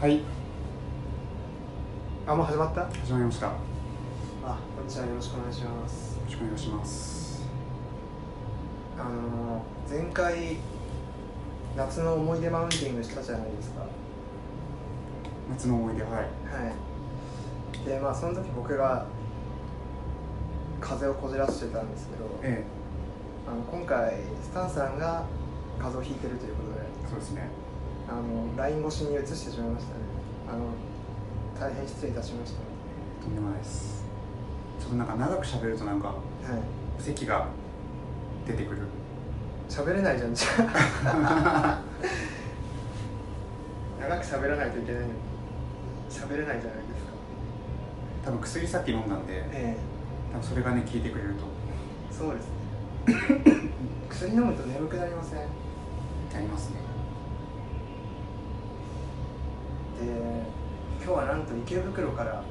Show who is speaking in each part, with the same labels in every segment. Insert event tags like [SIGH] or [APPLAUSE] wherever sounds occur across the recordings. Speaker 1: はい、
Speaker 2: あもう始まったあ
Speaker 1: 始まりました。よ
Speaker 2: こんにちはよろしくお願いします
Speaker 1: ろしくお願いします。
Speaker 2: あのー前回夏の思い出マウンティングしたじゃないですかは
Speaker 1: 夏の思い出、はい。
Speaker 2: いでまあその時僕が風邪をこじらしてたんですけど
Speaker 1: え
Speaker 2: あの今回スタンさんが風邪をひいてるということで
Speaker 1: え、そうですね。
Speaker 2: あのライン越しに移してしまいましたねあの大変失礼いたしまし
Speaker 1: とんでもないです。ちょっとなんか長く喋るとなんか
Speaker 2: たはい
Speaker 1: 咳が出てくる。
Speaker 2: 喋れないじゃんじゃあ [LAUGHS] 長く喋らないといけないのに喋れないじゃないですか
Speaker 1: 多分薬さっき飲んだんで、
Speaker 2: え
Speaker 1: 多分それがね効いてくれると。
Speaker 2: えそうですね薬飲むと眠くなりませんで
Speaker 1: やりますね。
Speaker 2: 今日はなんと池袋から
Speaker 1: はい。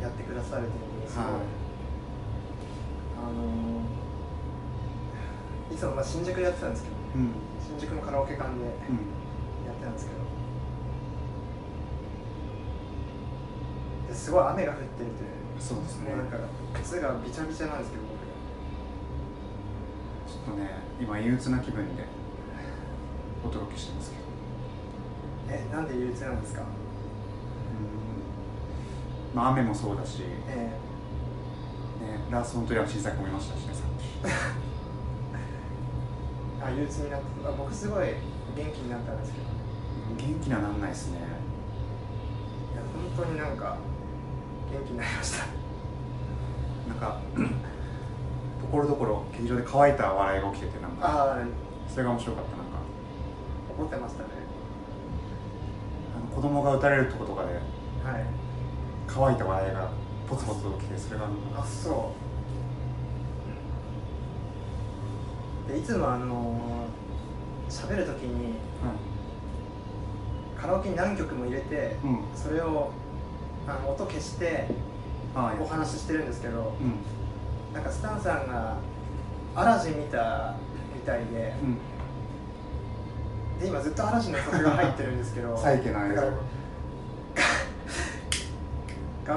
Speaker 2: やってくださるということですけど、
Speaker 1: は
Speaker 2: あのーいつもまあ新宿でやってたんですけど
Speaker 1: い。うん。
Speaker 2: 新宿のカラオケ館で
Speaker 1: う
Speaker 2: や
Speaker 1: ん。
Speaker 2: ってたんですけど、ですごい雨が降ってるという
Speaker 1: そうですね
Speaker 2: も。うなんか靴がびちゃびちゃなんですけど僕
Speaker 1: ちょっとね、今憂鬱な気分でお届けしてますけど。
Speaker 2: えなんで憂鬱なんですか
Speaker 1: うん。まあ雨もそうだし、ね、
Speaker 2: え
Speaker 1: ラース・フォントリアの新作も見ましたしね、さっき。
Speaker 2: えあ憂鬱になってあ僕すごい元気になったんですけど
Speaker 1: 元気にはなんないですね
Speaker 2: いや本当になんか元気になりました
Speaker 1: なんか [CLEARS THROAT] ところどころ劇場で乾いた笑いが起きててなんか
Speaker 2: ああ
Speaker 1: それが面白かったなんか
Speaker 2: 怒ってましたね
Speaker 1: あの子供が打たれるとことかで
Speaker 2: はい
Speaker 1: 乾いた笑いがポツポツと起きてそれがなん
Speaker 2: あ
Speaker 1: か
Speaker 2: そうでいつもあのー喋る時にカラオケに何曲も入れて、
Speaker 1: うん、うん、
Speaker 2: それをあの音消して
Speaker 1: ああ
Speaker 2: お話ししてるんですけど、
Speaker 1: うん
Speaker 2: なんかスタンさんがアラジン見たみたいで,、
Speaker 1: うん
Speaker 2: で今ずっとアラジンの曲が入ってるんですけど
Speaker 1: [LAUGHS] 再起の映像
Speaker 2: だから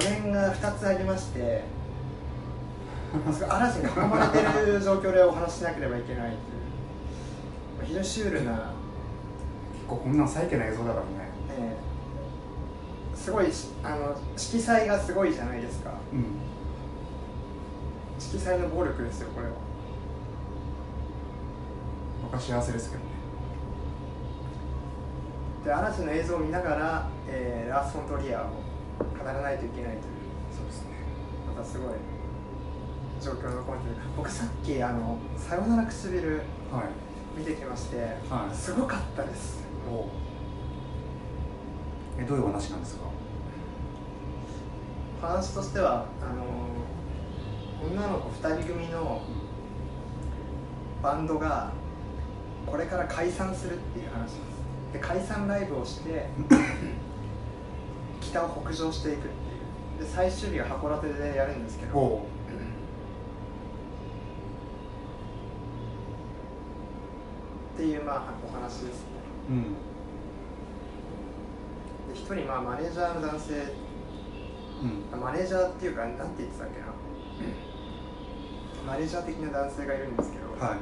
Speaker 2: [LAUGHS] 画面が2つありましてそれアラジンに囲まれてる状況でお話ししなければいけないっていうまあ非常にシュールな、
Speaker 1: 結構こんなん再起の映像だからね
Speaker 2: ええすごいしあの色彩がすごいじゃないですか
Speaker 1: うん
Speaker 2: 色彩の暴力ですよこれは
Speaker 1: 僕は幸せですけどね
Speaker 2: で嵐の映像を見ながら、えーラース・フォントリアを語らないといけないという
Speaker 1: そうですね
Speaker 2: またすごい状況のコメントで僕さっきあの「さよなら唇
Speaker 1: はい」
Speaker 2: 見てきまして、
Speaker 1: はい
Speaker 2: すごかったです
Speaker 1: おえどういうお話なんですか
Speaker 2: 話としてはあの女の子2人組のバンドがこれから解散するっていう話ですで解散ライブをして北を北上していくっていうで最終日は函館でやるんですけど
Speaker 1: お
Speaker 2: っていうまあお話ですね
Speaker 1: うん
Speaker 2: で一人まあマネージャーの男性
Speaker 1: うん
Speaker 2: あマネージャーっていうかなんて言ってたっけなマネージャー的な男性がいるんですけど、
Speaker 1: はい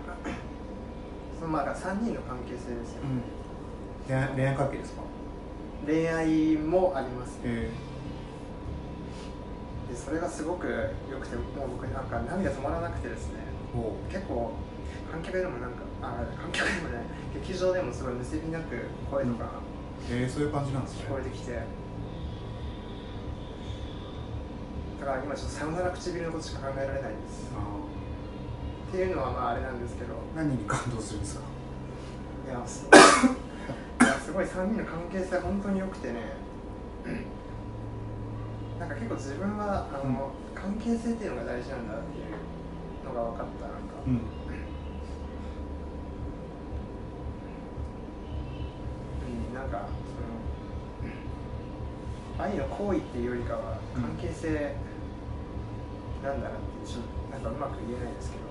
Speaker 2: そのまあ3人の関係性ですよ、
Speaker 1: うん恋愛恋愛関係ですか
Speaker 2: 恋愛もありますね
Speaker 1: え
Speaker 2: でそれがすごく良くてもう僕なんか涙止まらなくてですね
Speaker 1: えお
Speaker 2: 結構観客でもなんかあ観客でもね劇場でもすごいむせびなく声とか
Speaker 1: えー、そういう感じなんですね
Speaker 2: 聞こえてきて、だから今ちょっとさよなら唇のことしか考えられないです
Speaker 1: あ
Speaker 2: っていうのはまああれなんですけど
Speaker 1: ー何に感動するんですか
Speaker 2: いやすご
Speaker 1: [COUGHS]
Speaker 2: いいやすごい3人の関係性本当に良
Speaker 1: [COUGHS]
Speaker 2: くてねなんか結構自分はあの、関係性っていうのが大事なんだっていうのが分かったなんか、
Speaker 1: うん
Speaker 2: うんなんかその愛の行為っていうよりかは
Speaker 1: うん
Speaker 2: 関係性なんだなっていうちょっとなんかうまく言えないですけど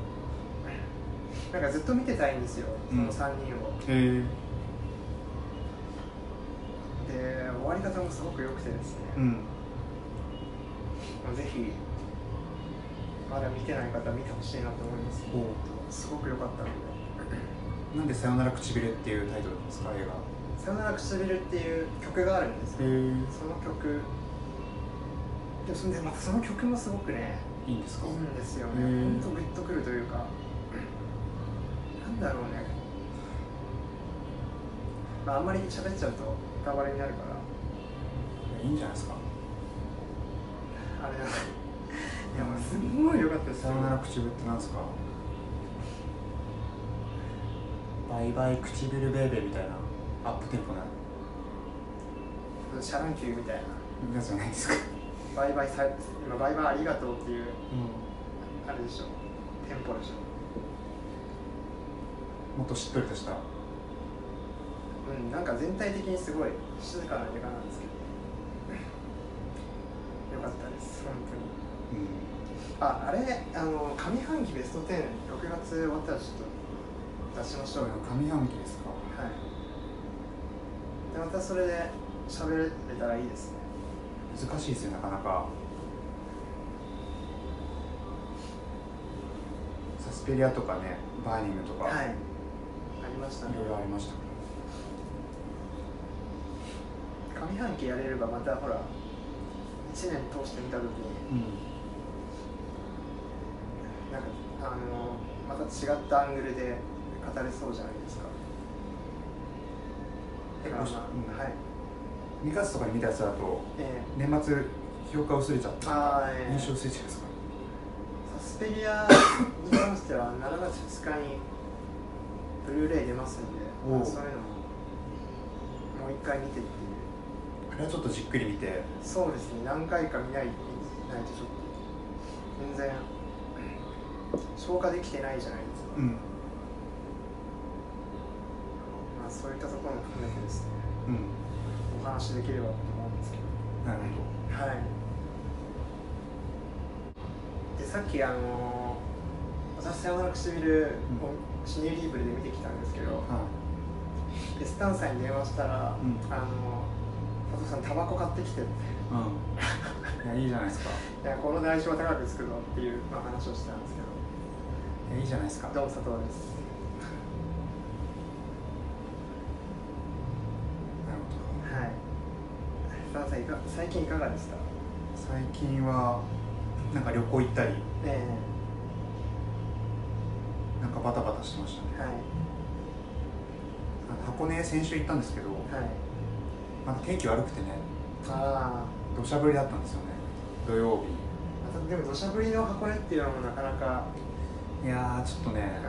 Speaker 2: なんかずっと見てたいんですよその
Speaker 1: うん
Speaker 2: 3人を、
Speaker 1: え
Speaker 2: 終わり方もすごく良くてですね、
Speaker 1: うん
Speaker 2: ぜひまだ見てない方は見てほしいなと思います
Speaker 1: こ
Speaker 2: すごく良かったので
Speaker 1: うなんで「さよなら唇」っていうタイトルなんですか映画
Speaker 2: 「さよなら唇」っていう曲があるんですけど
Speaker 1: へ
Speaker 2: その曲でそんでまたその曲もすごくね
Speaker 1: えいいんです
Speaker 2: い
Speaker 1: か
Speaker 2: いんですよ
Speaker 1: へ
Speaker 2: ね
Speaker 1: ー
Speaker 2: ほんとグッとくるというかなんだろうね、まあ、あんまり喋っちゃうと歌われになるから
Speaker 1: いいんじゃないですか
Speaker 2: あれだいやもうすごい良かった
Speaker 1: 「
Speaker 2: です
Speaker 1: さよなら唇」ってなんですかバイバイ唇ベイベーみたいなアップテンポな
Speaker 2: シャランキューみたいな
Speaker 1: やつじゃないですか
Speaker 2: バイバイさ今バイバイありがとうっていう
Speaker 1: うん
Speaker 2: あれでしょテンポでしょ
Speaker 1: もっとしっとりとした
Speaker 2: うんなんか全体的にすごい静かな映画なんですけど [LAUGHS] よかったです本当に
Speaker 1: うん
Speaker 2: ああれあの上半期ベスト106月終わったらちょっと出しましょうよは
Speaker 1: 上半期ですか
Speaker 2: いでまたそれで喋れたらいいですね
Speaker 1: 難しいですよなかなかサスペリアとかねバーニングとか、
Speaker 2: は
Speaker 1: い
Speaker 2: いありましたね
Speaker 1: ろいろありましたか
Speaker 2: 上半期やれればまたほら1年通してみた時に
Speaker 1: ら、うん、
Speaker 2: なんかあのまた違ったアングルで語れそうじゃないですか。てかまあ、
Speaker 1: うん
Speaker 2: はい。
Speaker 1: 2月とかに見たやつだと
Speaker 2: え
Speaker 1: 年末評価薄れちゃっ
Speaker 2: ー、
Speaker 1: た
Speaker 2: あーえー
Speaker 1: 印象薄れちゃいますか
Speaker 2: サスペリアに関しては7月2日にブルーレイ出ますんで、
Speaker 1: おう
Speaker 2: まあそういうのももう一回見てっていう。
Speaker 1: あれはちょっとじっくり見て
Speaker 2: そうですね。何回か見ない見ないとちょっと全然消化できてないじゃないですか。
Speaker 1: うん
Speaker 2: まあそういったところも含めてですね、
Speaker 1: うん
Speaker 2: お話しできればと思うんですけど。
Speaker 1: なる
Speaker 2: はい。でさっきあのー私さよなら唇をシニリーブルで見てきたんですけど
Speaker 1: ほ、どは
Speaker 2: でスタンさんに電話したら、
Speaker 1: うん
Speaker 2: あの佐藤さんタバコ買ってきてって
Speaker 1: い、うん、 [LAUGHS] いやいいじゃないですか
Speaker 2: いやこの代償高くつくぞっていう、まあ、話をしてたんですけど
Speaker 1: いやいいじゃないですか
Speaker 2: どうも佐藤です
Speaker 1: なるほど
Speaker 2: はいスタンさんいか最近いかがでした
Speaker 1: 最近はなんか旅行行ったり
Speaker 2: え
Speaker 1: なんかバタバタしてましたね
Speaker 2: えはい
Speaker 1: あの箱根先週行ったんですけど
Speaker 2: はい
Speaker 1: なんか天気悪くてね
Speaker 2: ああ
Speaker 1: 土砂降りだったんですよね土曜
Speaker 2: またでも土砂降りの箱根っていうのもなかなか、
Speaker 1: 日いやーちょっとね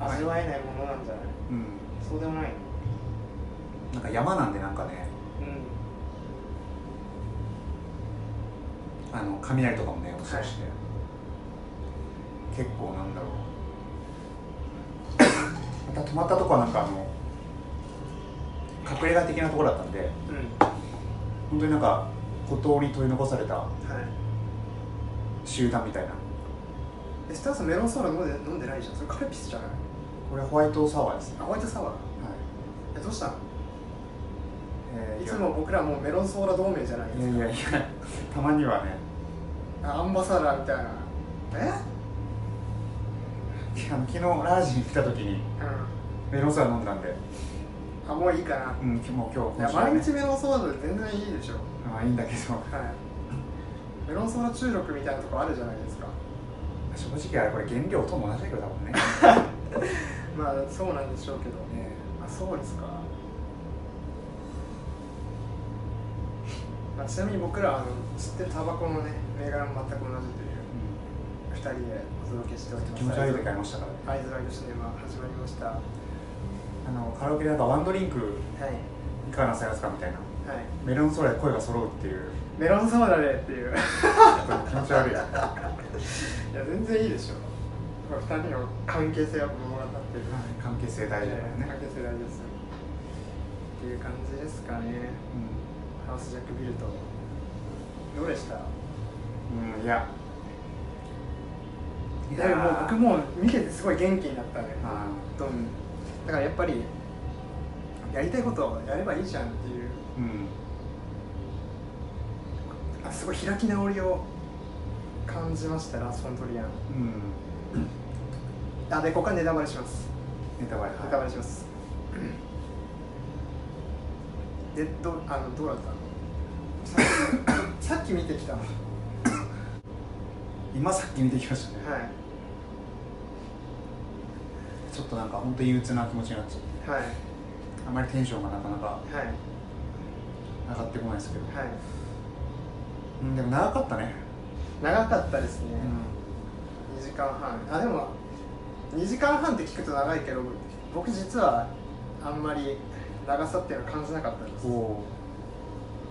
Speaker 2: うん、味わえないものなんじゃない
Speaker 1: うん
Speaker 2: そうでもない
Speaker 1: なんか山なんでなんかね
Speaker 2: うん
Speaker 1: あの雷とかもね落ちたりして、結構なんだろう [COUGHS] また泊まったとこはなんかあの隠れ家的なところだったんで
Speaker 2: うん
Speaker 1: 本当になんか孤島に取り残された
Speaker 2: はい
Speaker 1: 集団みたいな
Speaker 2: えスタンさんメロンソーダ飲んで飲んでないじゃんそれカルピスじゃない
Speaker 1: これホワイトサワーですね、
Speaker 2: あホワイトサワー
Speaker 1: はい
Speaker 2: えどうしたの
Speaker 1: えー
Speaker 2: いつも僕らもうメロンソーダ同盟じゃない
Speaker 1: い
Speaker 2: で
Speaker 1: や
Speaker 2: す
Speaker 1: いやいやたまにはね
Speaker 2: かアンバサダーみたいなえ
Speaker 1: いやあの昨日ラージに来た時に
Speaker 2: う
Speaker 1: メロンサワー飲んだんで、
Speaker 2: んあもういいかな
Speaker 1: う、ん、もう今日
Speaker 2: いや
Speaker 1: 今週はね
Speaker 2: 毎日メロンソーダで全然いいでしょ
Speaker 1: まあいいんだけど
Speaker 2: はいメロンソーダ中毒みたいなとこあるじゃないですか
Speaker 1: 正直あれこれ原料とも同じだけど多分 [LAUGHS] ね
Speaker 2: まあそうなんでしょうけど
Speaker 1: ね
Speaker 2: あそうですか、まあ、ちなみに僕らあの吸ってるタバコのね銘柄も全く同じという
Speaker 1: う
Speaker 2: 2人でお届けしており
Speaker 1: ん
Speaker 2: ます
Speaker 1: 気持ち悪い時ありましたからね
Speaker 2: アイズワイドシネマ始まりましたは
Speaker 1: あのカラオケでなんかワンドリンク
Speaker 2: いはい
Speaker 1: いかがなさいますかみたいなメロンソーダで声が揃うっていう
Speaker 2: メロンソーダでっていう [LAUGHS] いや
Speaker 1: 気持ち悪いは
Speaker 2: 全然いいでしょこれ2人の関係性は物語ってる
Speaker 1: い関係性大事だから
Speaker 2: 関
Speaker 1: ね、
Speaker 2: 係性大事ですよっていう感じですかねハウスジャックビルトどうでした
Speaker 1: うん、うん、いや
Speaker 2: いやもう僕も見ててすごい元気になったね
Speaker 1: あ
Speaker 2: うんだからやっぱりやりたいことをやればいいじゃんっていうあすごい開き直りを感じましたラース・フォントリアン
Speaker 1: うんうん
Speaker 2: あでここからネタバレします
Speaker 1: ネタバレ
Speaker 2: ネタバレします、でどあのどうだったのさっきさっき見てきたのはい
Speaker 1: 今さっき見てきましたね、ちょっとなんか本当に憂鬱な気持ちになっちゃって
Speaker 2: はいはい
Speaker 1: あまりテンションがなかなか上がってこないですけど、
Speaker 2: はい
Speaker 1: うん、でも長かったね、
Speaker 2: 長かったですね、
Speaker 1: う
Speaker 2: 2時間半あでも2時間半って聞くと長いけど僕実はあんまり長さっていうのは感じなかったです
Speaker 1: ん、お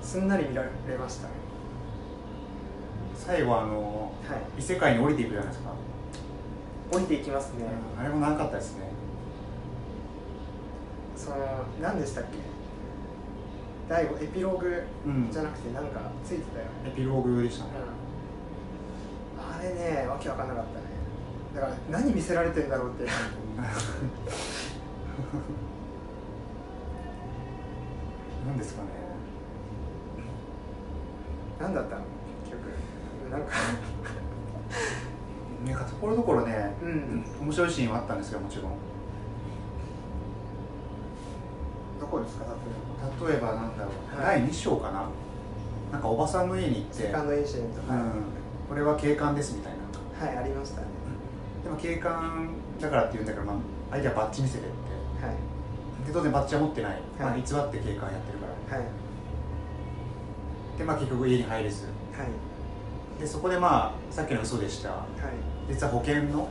Speaker 2: すんなり見られました
Speaker 1: 最後あの
Speaker 2: はい
Speaker 1: 異世界に降りていくじゃないですか、
Speaker 2: 降りていきますね、
Speaker 1: あれも長かったですね
Speaker 2: その何でしたっけ第5エピローグ
Speaker 1: うん
Speaker 2: じゃなくてなんかついてたよね、
Speaker 1: エピローグでしたね、 [LAUGHS]
Speaker 2: あれねわけわかんなかったねだから何見せられてんだろうって [LAUGHS]
Speaker 1: なんですかね
Speaker 2: 何だったの結局なんか
Speaker 1: なんかところどころね、
Speaker 2: うん
Speaker 1: 面白いシーンはあったんですよもちろん
Speaker 2: どこですか撮
Speaker 1: 例えばなんだろう、
Speaker 2: はい
Speaker 1: 第2章かななんかおばさんの家に行って
Speaker 2: 影セカンドインシデント
Speaker 1: う
Speaker 2: はい、
Speaker 1: ん、これは警官ですみたいな
Speaker 2: はい、ありましたね
Speaker 1: でも警官だからって言うんだから、まあ、相手はバッジ見せてって
Speaker 2: はい
Speaker 1: で当然バッジは持ってない、まあ、
Speaker 2: は
Speaker 1: 偽っ
Speaker 2: い
Speaker 1: て警官やってるから
Speaker 2: はい
Speaker 1: で、まあ、結局家に入れず
Speaker 2: はい
Speaker 1: でそこでまあさっきの嘘でした
Speaker 2: はい
Speaker 1: 実は保険の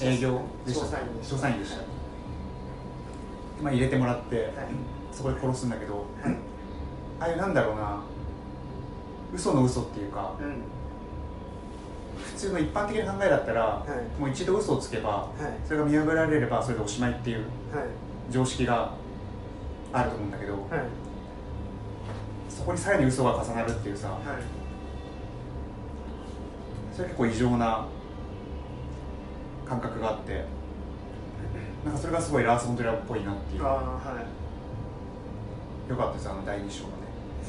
Speaker 1: 営業でした
Speaker 2: 調査員でした
Speaker 1: 調査員でした、まあ、入れてもらって、
Speaker 2: はい
Speaker 1: そこで殺すんだけど
Speaker 2: はい
Speaker 1: ああいうなんだろうな嘘の嘘っていうか
Speaker 2: うん
Speaker 1: 普通の一般的な考えだったら、
Speaker 2: い
Speaker 1: もう一度嘘をつけば
Speaker 2: はい
Speaker 1: それが見破られればそれでおしまいっていう
Speaker 2: はい
Speaker 1: 常識があると思うんだけど、
Speaker 2: はい
Speaker 1: そこにさらに嘘が重なるっていうさ
Speaker 2: はい
Speaker 1: それ結構異常な感覚があってなんかそれがすごいラース・フォントリアっぽいなっていう
Speaker 2: ああ
Speaker 1: よ
Speaker 2: はい
Speaker 1: かったですあの第2章がね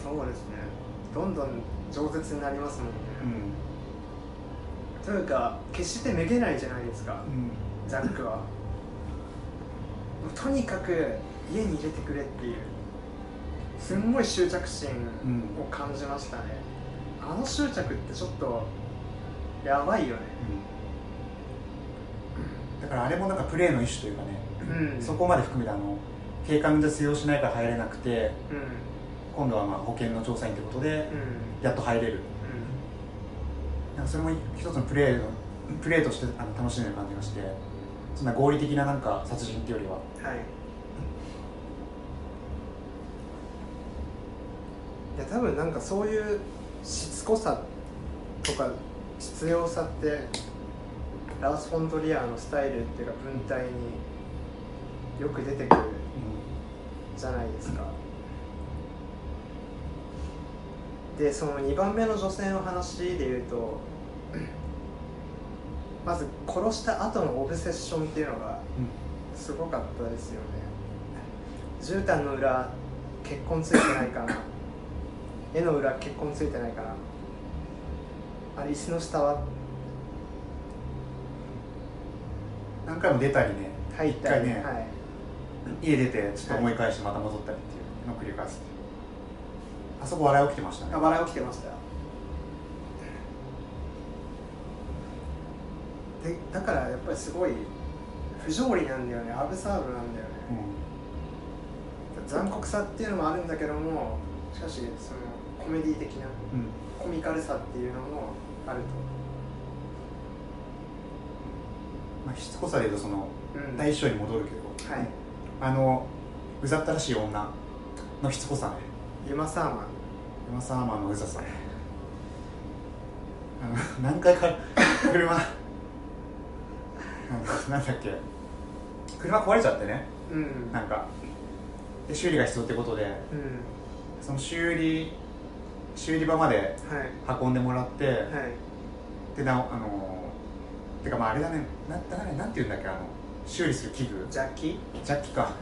Speaker 2: そうですねどんどん饒舌になりますもんね、というか決してめげないじゃないですか、
Speaker 1: うん、
Speaker 2: ジャックはもうとにかく家に入れてくれっていうすんごい執着心を感じましたね、あの執着ってちょっとやばいよね
Speaker 1: だからあれもなんかプレーの一種というかね、
Speaker 2: うん
Speaker 1: そこまで含めてあの警官が通用しないから入れなくて
Speaker 2: うんうん
Speaker 1: 今度はまあ保険の調査員ということで
Speaker 2: うん
Speaker 1: やっと入れるなんかそれも一つのプレーのプレーとしてあの楽しんでる感じがしてそんな合理的ななんか殺人っていうよりは
Speaker 2: はいいや多分なんかそういうしつこさとか必要さってラース・フォントリアーのスタイルっていうか文体によく出てくるじゃないですかでその2番目の女性の話で言うとまず殺した後のオブセッションっていうのがすごかったですよね絨毯の裏結婚ついてないか [LAUGHS] な絵の裏結婚ついてないかなあれ椅子の下は
Speaker 1: 何回も出たりね
Speaker 2: 入った
Speaker 1: 一
Speaker 2: り、
Speaker 1: 回ね
Speaker 2: はい
Speaker 1: 家出てちょっと思い返してまた戻ったりっていうのを繰り返すっていうあそこ笑い起きてましたね
Speaker 2: あ笑い起きてましたでだからやっぱりすごい不条理なんだよねアブサーブなんだよね、残酷さっていうのもあるんだけどもしかしそのコメディ的な
Speaker 1: うん、うん
Speaker 2: コミカルさっていうのもある
Speaker 1: まあ、しつこさで言うとその
Speaker 2: と、うん
Speaker 1: 第一章に戻るけど、
Speaker 2: はい
Speaker 1: あのうざったらしい女のしつこさね
Speaker 2: ユマサーマン
Speaker 1: 山サーマンのうざさねあの何回か車あのなんだっけ車壊れちゃってね
Speaker 2: うん
Speaker 1: なんかで修理が必要ってことで
Speaker 2: うん
Speaker 1: その修理修理場まで
Speaker 2: はい
Speaker 1: 運んでもらって、
Speaker 2: はい
Speaker 1: でなおあのてかまああれだねななななんて言うんだっけあの修理する器具
Speaker 2: ジャッ
Speaker 1: ジ
Speaker 2: キ
Speaker 1: ャッキか
Speaker 2: はい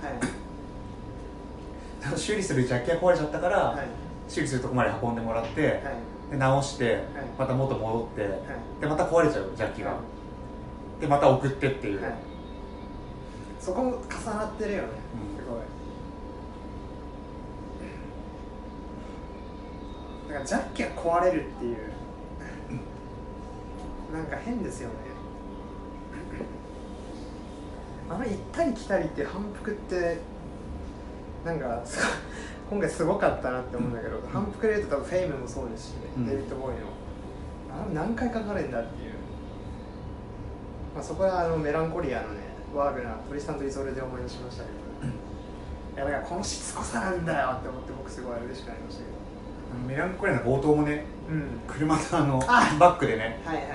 Speaker 1: 修理するジャッキが壊れちゃったから、
Speaker 2: はいはい
Speaker 1: 修理するとこまで運んでもらって、
Speaker 2: はい
Speaker 1: で直してまた元戻って、でまた壊れちゃうジャッキが、でまた送ってっていう、
Speaker 2: はいそこも重なってるよね、
Speaker 1: うん
Speaker 2: すごいだからジャッキが壊れるっていうなんか変ですよね [LAUGHS] あの行ったり来たりって反復ってなんかすごい今回すごかったなって思うんだけど、反復で言うと多分フェイムもそうですしね、
Speaker 1: うん
Speaker 2: デビッド・ボーイのあ何回かかるんだっていう、まあ、そこはあのメランコリアのねワーグナートリスタンとイゾルで思い出しましたけど、いやだからこのしつこさなんだよって思って僕すごい嬉しくなりましたけど
Speaker 1: あのメランコリアの冒頭もね
Speaker 2: うん
Speaker 1: 車のあの
Speaker 2: あ
Speaker 1: バックでね
Speaker 2: はいはい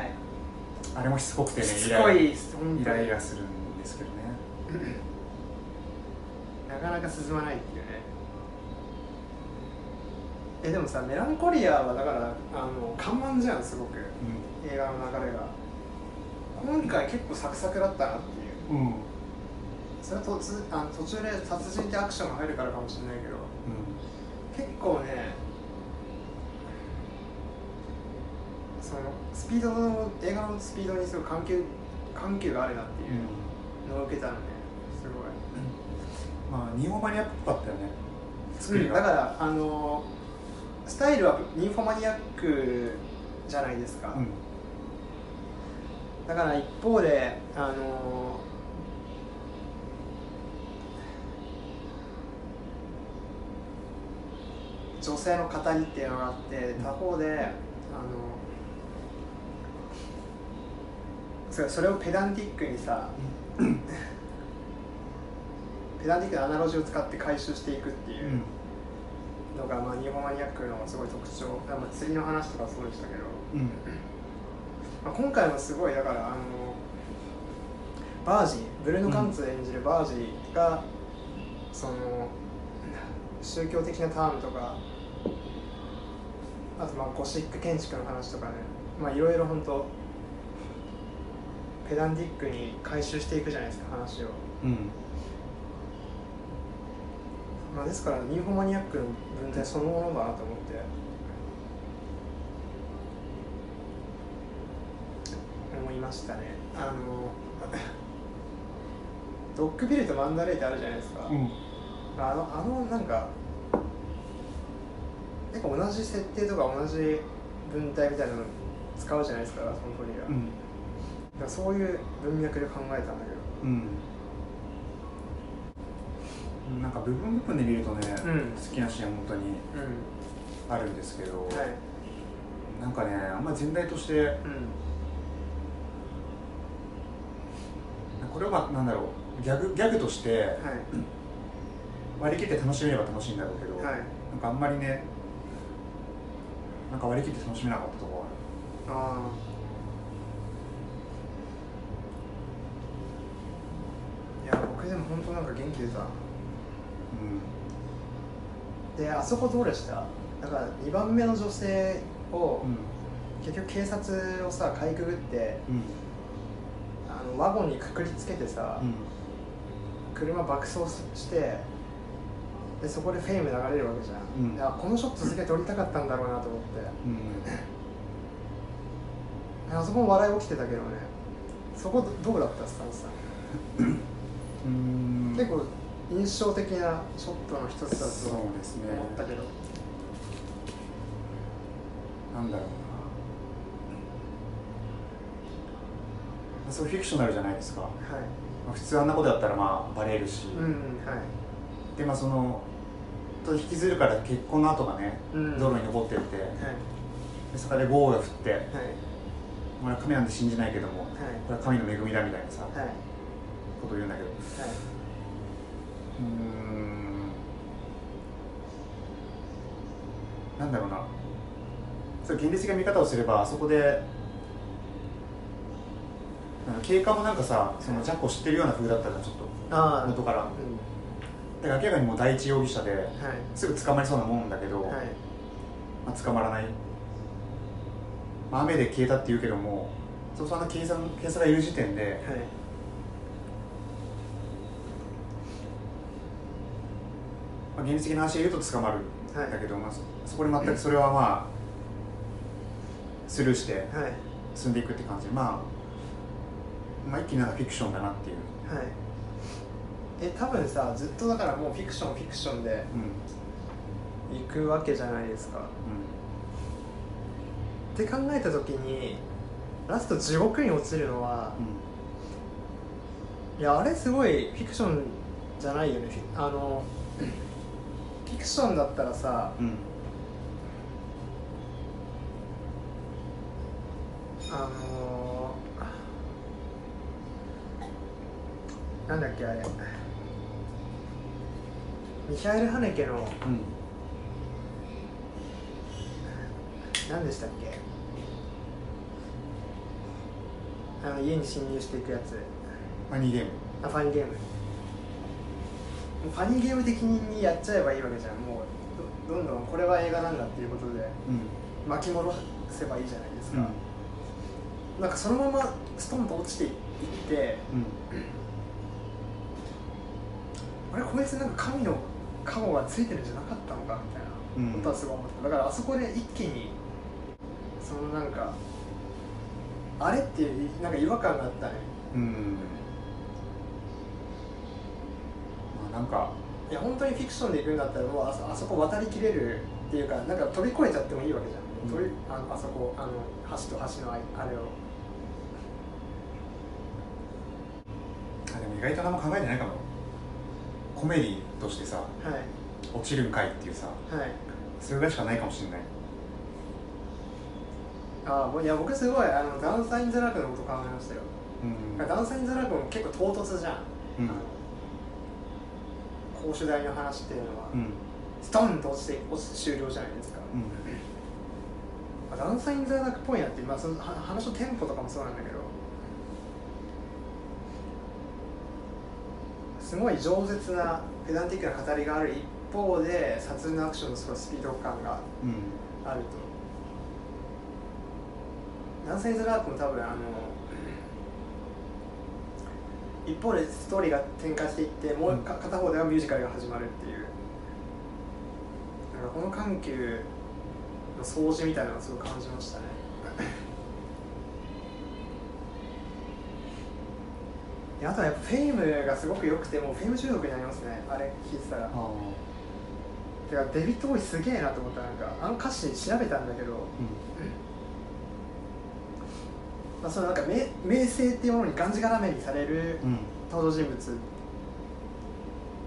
Speaker 1: あれもしつこくてね
Speaker 2: し
Speaker 1: イ
Speaker 2: つこ
Speaker 1: ラ
Speaker 2: い
Speaker 1: イ
Speaker 2: です本当に
Speaker 1: ライラするんですけどね
Speaker 2: なかなか進まないっていうねえでもさメランコリアはだからあの看板じゃんすごく映画の流れが今回結構サクサクだったなって
Speaker 1: う
Speaker 2: いう
Speaker 1: んうん、うん、
Speaker 2: それは突あの途中で殺人ってアクションが入るからかもしれないけど結構ねそのスピードの映画のスピードにすごい関係関係があるなっていうのを受けたのねすごい
Speaker 1: まあニオマニアっぽかったよね作り
Speaker 2: だか
Speaker 1: が、
Speaker 2: らあのスタイルはニンフォマニアックじゃないですか、
Speaker 1: うん
Speaker 2: だから一方であの女性の語りっていうのがあって他方であのそうそれをペダンティックにさペダンティックなアナロジーを使って回収していくっていう、
Speaker 1: うん
Speaker 2: のが、まあ、日本マニアックのすごい特徴、まあ、釣りの話とかそうでしたけど、
Speaker 1: うん
Speaker 2: まあ、今回もすごいだからあのバージブルーノ・カンツ演じるバージが、その宗教的なタームとかあとまあゴシック建築の話とかねまあいろいろ本当ペダンティックに回収していくじゃないですか話を。
Speaker 1: うん
Speaker 2: まあ、ですからニューホマニアックの文体そのものだなと思って、思いましたねあの [LAUGHS] ドッグビルとマンダレーってあるじゃないですか、
Speaker 1: うん
Speaker 2: あのあのなんか結構同じ設定とか同じ文体みたいなの使うじゃないですかそのトリが、
Speaker 1: うん
Speaker 2: だからそういう文脈で考えたんだけ
Speaker 1: うんなんか部分部分で見るとね、
Speaker 2: うん
Speaker 1: 好きなシーンは本当に
Speaker 2: どうん
Speaker 1: あるんですけど、
Speaker 2: はい
Speaker 1: なんかねあんまり全体として
Speaker 2: うん
Speaker 1: これはなんだろうギャグギャグとして
Speaker 2: は
Speaker 1: 割り切って楽しめれば楽しいんだろうけど、
Speaker 2: いは
Speaker 1: な
Speaker 2: い
Speaker 1: んかあんまりねなんか割り切って楽しめなかったところは
Speaker 2: ああいや僕でも本当なんか元気出た
Speaker 1: ある
Speaker 2: であそこどうでしただから2番目の女性を、
Speaker 1: うん
Speaker 2: 結局警察をさかいくぐって
Speaker 1: うん
Speaker 2: あのワゴンにくくりつけてさ、
Speaker 1: うん
Speaker 2: 車爆走してでそこでフェイム流れるわけじゃん、
Speaker 1: うん
Speaker 2: いやこのショットすげえ撮りたかったんだろうなと思って
Speaker 1: うん
Speaker 2: あそこも笑い起きてたけどねそこどどうだったスタンスさん
Speaker 1: うん
Speaker 2: 結構印象的なショットの一つだと思
Speaker 1: そうですね
Speaker 2: ったけど、
Speaker 1: なんだろうなそれフィクショナルじゃないですか
Speaker 2: はい
Speaker 1: まあ普通あんなことやったらまあバレるし、
Speaker 2: うんうんはい
Speaker 1: でまあそのと引きずるから結婚の後がね、
Speaker 2: うん
Speaker 1: 道路に残ってってで
Speaker 2: はい
Speaker 1: そこで豪雨が降って
Speaker 2: はい
Speaker 1: 「俺は神なんて信じないけども、これは神の恵みだ」みたいなさ、
Speaker 2: はいはい
Speaker 1: ことを言うんだけどうーんなんだろうなそう現実的な見方をすればあそこでなんか警官もなんかさそのジャックを知ってるような風だったじゃんちょっと
Speaker 2: ああ
Speaker 1: 元から
Speaker 2: う
Speaker 1: だから明らかにもう第一容疑者で
Speaker 2: んはい
Speaker 1: すぐ捕まりそうなもんだけど、
Speaker 2: はい
Speaker 1: まあ、捕まらない、まあ、雨で消えたって言うけどもそこそんな警察警察がいる時点で
Speaker 2: はい
Speaker 1: まあ、現実的な話で言うと捕まる
Speaker 2: はい
Speaker 1: んだけど、まあ、そそこで全くそれはまあスルーして
Speaker 2: はいはい
Speaker 1: 進んでいくって感じで、まあ、まあ一気になんかフィクションだなっていう、
Speaker 2: え多分さずっとだからもうフィクションフィクションで
Speaker 1: うん
Speaker 2: 行くわけじゃないですかって考えた時にラスト地獄に落ちるのは、
Speaker 1: う
Speaker 2: いやあれすごいフィクションじゃないよねフィあのフィクションだったらさ
Speaker 1: んうんうん
Speaker 2: あのー、なんだっけあれミヒャエル・ハネケの
Speaker 1: うん
Speaker 2: 何でしたっけあの家に侵入していくやつ
Speaker 1: まあ2ゲーム
Speaker 2: あファニーゲームもうファニーゲーム的にやっちゃえばいいわけじゃんもうどどんどんこれは映画なんだっていうことで
Speaker 1: うん
Speaker 2: 巻き戻せばいいじゃないですか、なんかそのままストンと落ちていって
Speaker 1: うん
Speaker 2: あれこいつなんか神の顔がついてるんじゃなかったのかみたいなことはすごい思ってただからあそこで一気にそのなんかあれっていうなんか違和感があったね
Speaker 1: うんまあなんか
Speaker 2: いや本当にフィクションで行くんだったらもうあそあそこ渡りきれるっていうかなんか飛び越えちゃってもいいわけじゃん、飛び
Speaker 1: うん
Speaker 2: あのあそこあの橋と橋のあいあれを
Speaker 1: あでも意外と何も考えてないかもコメディとしてさ
Speaker 2: はい
Speaker 1: 落ちるんかいっていうさ
Speaker 2: はい
Speaker 1: それぐらいしかないかもしれない
Speaker 2: ああいや僕すごいあのダンサイン・ザ・ラグのこと考えましたよ
Speaker 1: うん
Speaker 2: ダンサイン・ザ・ラグも結構唐突じゃん、
Speaker 1: うん
Speaker 2: あの公衆大の話っていうのは、
Speaker 1: うん
Speaker 2: ストンと落ちて落ちて終了じゃないですか、
Speaker 1: うん
Speaker 2: ダンサイン・ザ・ラグっぽいなって、まあ、そのは話のテンポとかもそうなんだけどすごい饒舌なペダンティックな語りがある一方で殺人のアクションのすごいスピード感が
Speaker 1: うん
Speaker 2: あるとダンサイン・ザ・ラークも多分あの一方でストーリーが展開していってもうか片方ではミュージカルが始まるっていうなんかこの緩急の掃除みたいなのをすごい感じましたね [LAUGHS] であとはやっぱフェイムがすごく良くてもうフェイム中毒になりますねあれ聞いてたら
Speaker 1: ああ
Speaker 2: てかデビッド・ボーイすげえなと思ったなんかあの歌詞調べたんだけどまあ、そのなんか名名声っていうものにがんじがらめにされる
Speaker 1: うんうん
Speaker 2: 登場人物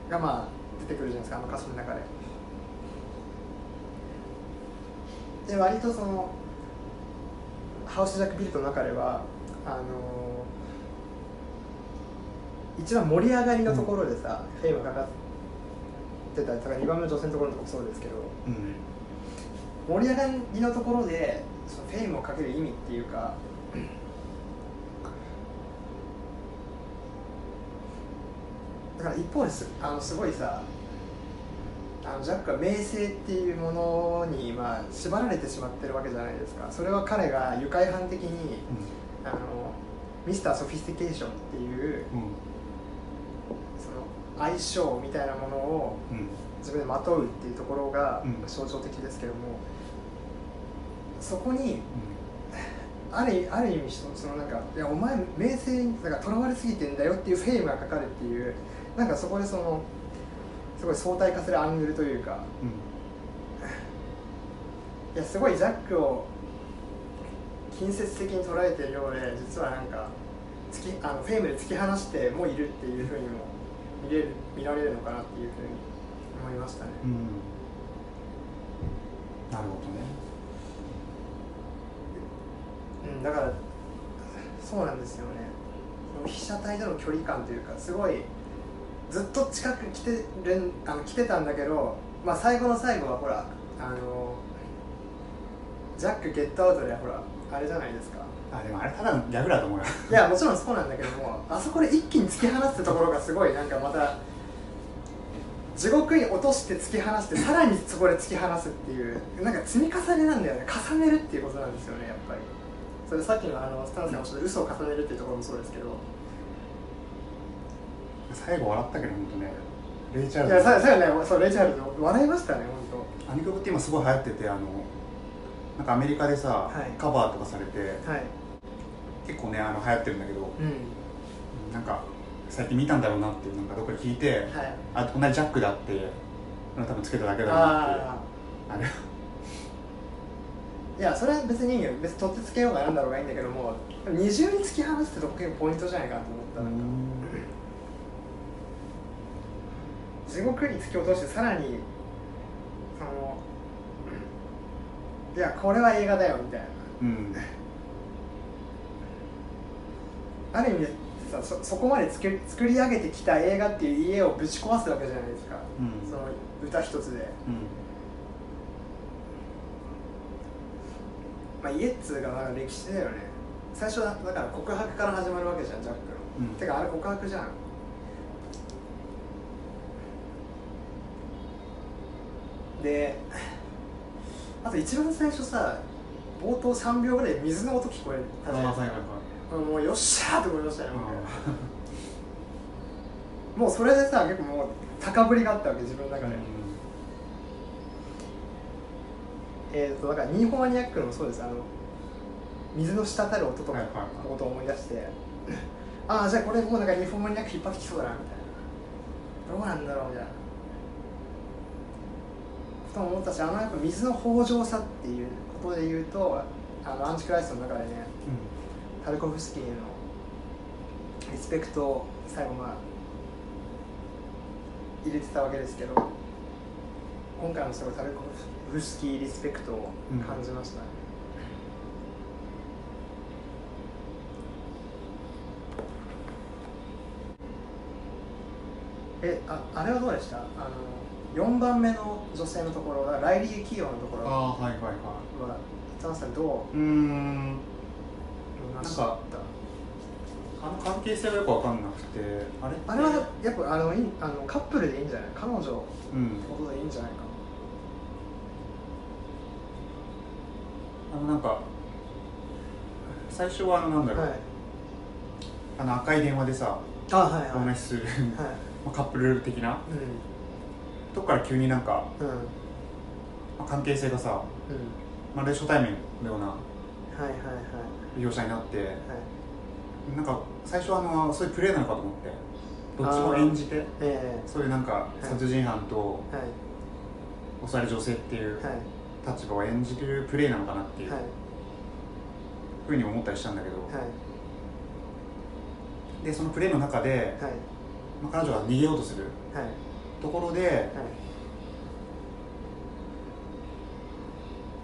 Speaker 2: がまあ出てくるじゃないですかあの歌詞の中で。で割とそのハウスジャックビルトの中ではあのー一番盛り上がりのところでさ、フェイムがかかってたりとか2番目の女性のところとかもそうですけど
Speaker 1: うん
Speaker 2: 盛り上がりのところでそのフェイムをかける意味っていうかだから一方ですあのすごいさあのジャックは名声っていうものにまあ縛られてしまってるわけじゃないですかそれは彼が愉快犯的にあのミスター・ソフィスティケーションっていう
Speaker 1: うんうん
Speaker 2: その相性みたいなものを
Speaker 1: うん
Speaker 2: 自分でまとうっていうところが
Speaker 1: うん
Speaker 2: 象徴的ですけども、そこにあるある意味そのそのなんかいやお前名声にだからとらわれすぎてんだよっていうフェイムがかかるっていうなんかそこでそのすごい相対化するアングルというかいやすごいジャックを近接的に捉えてるようで実はなんか突きあのフェイムで突き放してもいるっていうふうにも見れる見られるのかなっていうふうに思いましたね。
Speaker 1: うんうんなるほどね
Speaker 2: うん、だからそうなんですよねその被写体との距離感というかすごいずっと近く来てるんあの来てたんだけど、まあ、最後の最後はほらあのジャック・ゲットアウトでほらあれじゃないですか
Speaker 1: あでもあれただのギャグだと思うよ
Speaker 2: いやもちろんそうなんだけどもあそこで一気に突き放すところがすごいなんかまた地獄に落として突き放してさらにそこで突き放すっていうなんか積み重ねなんだよね重ねるっていうことなんですよねやっぱりそれさっきのあのスタンさんがおっしゃった嘘を重ねるっていうところもそうですけど
Speaker 1: 最後笑ったけど本当ねフレイチャー
Speaker 2: い
Speaker 1: ル
Speaker 2: や
Speaker 1: ズ
Speaker 2: ささよねそうレイチャールズ笑いましたね本
Speaker 1: アニ曲って今すごい流行っててあのなんかアメリカでさ、
Speaker 2: はい
Speaker 1: カバーとかされて
Speaker 2: 当はい
Speaker 1: 結構ねあの流行ってるんだけど
Speaker 2: うん
Speaker 1: なんか最近見たんだろうなっていうなんかどっかで聞いて、
Speaker 2: はい
Speaker 1: あ同じジャックだって多分つけただけだろうなって
Speaker 2: あ
Speaker 1: あれ
Speaker 2: あいやそれは別にいいよ別に取ってつけようがなんだろうがいいんだけども二重に突き放すってとこ結構ポイントじゃないかなと思ったなんか地獄に突き落としてさらにそのいやこれは映画だよみたいな
Speaker 1: うん
Speaker 2: ある意味でさそそこまで作り作り上げてきた映画っていう家をぶち壊すわけじゃないですか、
Speaker 1: うん
Speaker 2: その歌一つ
Speaker 1: う
Speaker 2: で、
Speaker 1: ん
Speaker 2: まあ、家っつうかなんか歴史だよね最初はだから告白から始まるわけじゃんジャックの、
Speaker 1: うん
Speaker 2: てかあれ告白じゃんであと一番最初さ冒頭3秒ぐらいで水の音聞こえる
Speaker 1: ああ
Speaker 2: 確かに
Speaker 1: はいはいはい
Speaker 2: もうよっしゃーって思いましたよ、僕
Speaker 1: う
Speaker 2: もうそれでさ結構もう高ぶりがあったわけ自分の中
Speaker 1: ん
Speaker 2: で、えー、とだからニーホマニアックのもそうですあの水の滴る音とか
Speaker 1: はい
Speaker 2: の
Speaker 1: はいはい
Speaker 2: ことを思い出して、 [CLEARS THROAT] ああじゃあこれもうなんかニーホマニアック引っ張ってきそうだなみたいなどうなんだろうみたいなと思ったしあのやっぱ水の豊穣さっていうことで言うとあのアンチクライストの中でねタルコフスキーのリスペクトを最後まあ入れてたわけですけど今回もすごいタルコフスキーリスペクトを感じました、えああれはどうでしたあの4番目の女性のところはライリー・キーオのとこ
Speaker 1: あ
Speaker 2: ろは
Speaker 1: あはいはいはい
Speaker 2: 田中さんど
Speaker 1: うー
Speaker 2: う
Speaker 1: ん
Speaker 2: 見まし
Speaker 1: なんか
Speaker 2: た
Speaker 1: あの関係性がよく分かんなくてあれ
Speaker 2: あれはやっぱあのいいあのカップルでいいんじゃない彼女ってこ
Speaker 1: うん
Speaker 2: とでいいんじゃないか
Speaker 1: あのなんか最初はあのなんだろう、
Speaker 2: はい
Speaker 1: あの赤い電話でさ
Speaker 2: あはいはい
Speaker 1: お話しする、ま
Speaker 2: は
Speaker 1: あカップル的ない
Speaker 2: うん
Speaker 1: とこから急になんか、
Speaker 2: うん
Speaker 1: まあ関係性がさ
Speaker 2: うん
Speaker 1: まるで初対面のような
Speaker 2: はいはいはい
Speaker 1: 描写になって
Speaker 2: はい
Speaker 1: なんか最初はあのそういうプレーなのかと思ってどっちも演じて
Speaker 2: え
Speaker 1: そういうなんか
Speaker 2: い
Speaker 1: 殺人犯と
Speaker 2: えはい
Speaker 1: 襲われる女性っていう
Speaker 2: はい
Speaker 1: 立場を演じるプレーなのかなっていう
Speaker 2: はい
Speaker 1: ふうに思ったりしたんだけど、
Speaker 2: はい
Speaker 1: でそのプレーの中で、
Speaker 2: はい
Speaker 1: まあ、彼女が逃げようとする
Speaker 2: はい
Speaker 1: ところで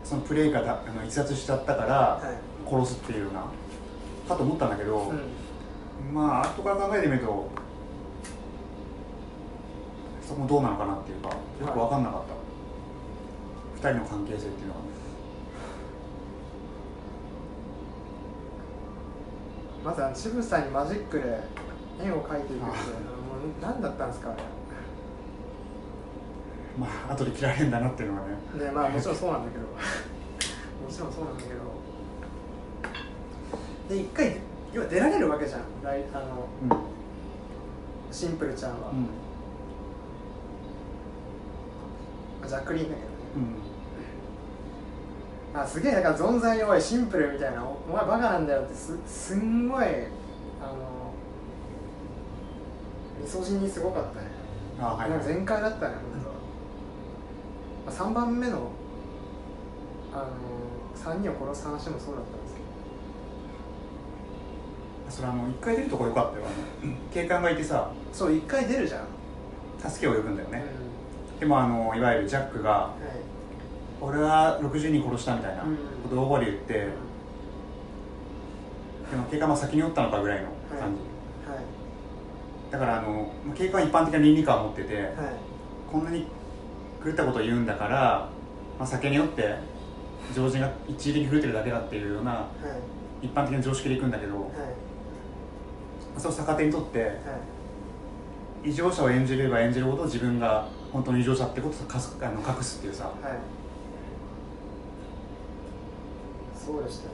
Speaker 1: そのプレーがだあの逸脱しちゃったから
Speaker 2: はい
Speaker 1: 殺すっていうようなかと思ったんだけど、
Speaker 2: うん
Speaker 1: まあ後から考えてみるとそこもどうなのかなっていうかよく分かんなかった、二人の関係性っていうのは
Speaker 2: まずあの渋さんにマジックで絵を描いていくってあのもう何だったんですかあれ
Speaker 1: まあ後で切られるんだなっていうのがね
Speaker 2: ねまあもちろんそうなんだけどもちろんそうなんだけどで一回要は出られるわけじゃんライあの
Speaker 1: うん
Speaker 2: シンプルちゃんは、
Speaker 1: うん
Speaker 2: ジャックリーンだけどね
Speaker 1: うん
Speaker 2: あすげえだから存在においシンプルみたいなおお前バカなんだよってすすんごいあのみそじにすごかったね
Speaker 1: ああはい
Speaker 2: なんか全開だったね本当。まあ、3番目のあの3人を殺す話もそうだったんですけど
Speaker 1: それあの一回出るとこよかったよあの警官がいてさ
Speaker 2: そう1回出るじゃん、
Speaker 1: 助けを呼ぶんだよ
Speaker 2: うん
Speaker 1: ね、でもあのいわゆるジャックが
Speaker 2: はい
Speaker 1: 「俺は60人殺した」みたいな
Speaker 2: うん
Speaker 1: ことを大声で言って、でも警官は先におったのかぐらいの感じ、
Speaker 2: はい
Speaker 1: だからあのまあ警官は一般的な倫理観を持ってて、
Speaker 2: はい
Speaker 1: こんなに狂ったことを言うんだから、まあ、酒に酔って常人が一時的に狂ってるだけだっていうような
Speaker 2: はい
Speaker 1: 一般的な常識でいくんだけど
Speaker 2: はい
Speaker 1: それを逆手にとって
Speaker 2: はい
Speaker 1: 異常者を演じれば演じるほど自分が本当の異常者ってことを隠すあの隠すっていうさ
Speaker 2: はい。そうでしたね。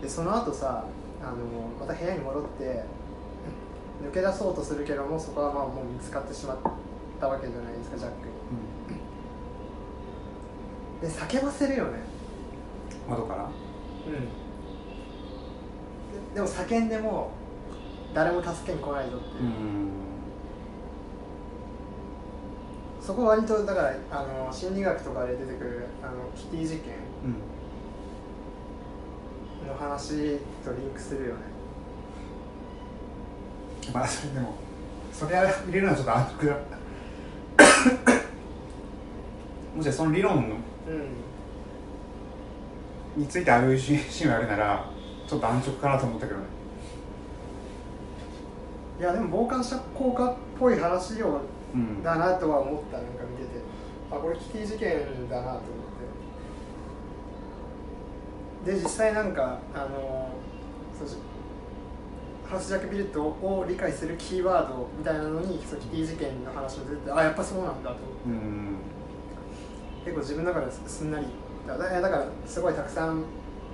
Speaker 2: でその後さあのまた部屋に戻って抜け出そうとするけどもそこはまあもう見つかってしまったわけじゃないですかジャックにで叫ばせるよね
Speaker 1: うん、窓から
Speaker 2: うんででも叫んでも誰も助けに来ないぞっていう、
Speaker 1: ん
Speaker 2: そこ割とだからあの心理学とかで出てくるあのキティ事件
Speaker 1: うん
Speaker 2: の話とリンクするよね
Speaker 1: まあそれでもそれは入れるのはちょっと暗黒だもしその理論の
Speaker 2: う
Speaker 1: についてああいうシーンがあるならちょっと安直かなと思ったけどね
Speaker 2: んいやでも傍観者効果っぽい話を
Speaker 1: うん
Speaker 2: だなとは思ったなんか見ててあこれキティ事件だなと思ってで実際なんかあのそうしハウスジャック・ビルトを理解するキーワードみたいなのにそうキティ事件の話も出ててあやっぱそうなんだと思って
Speaker 1: うん
Speaker 2: 結構自分の中ですすんなりだだだからすごいたくさん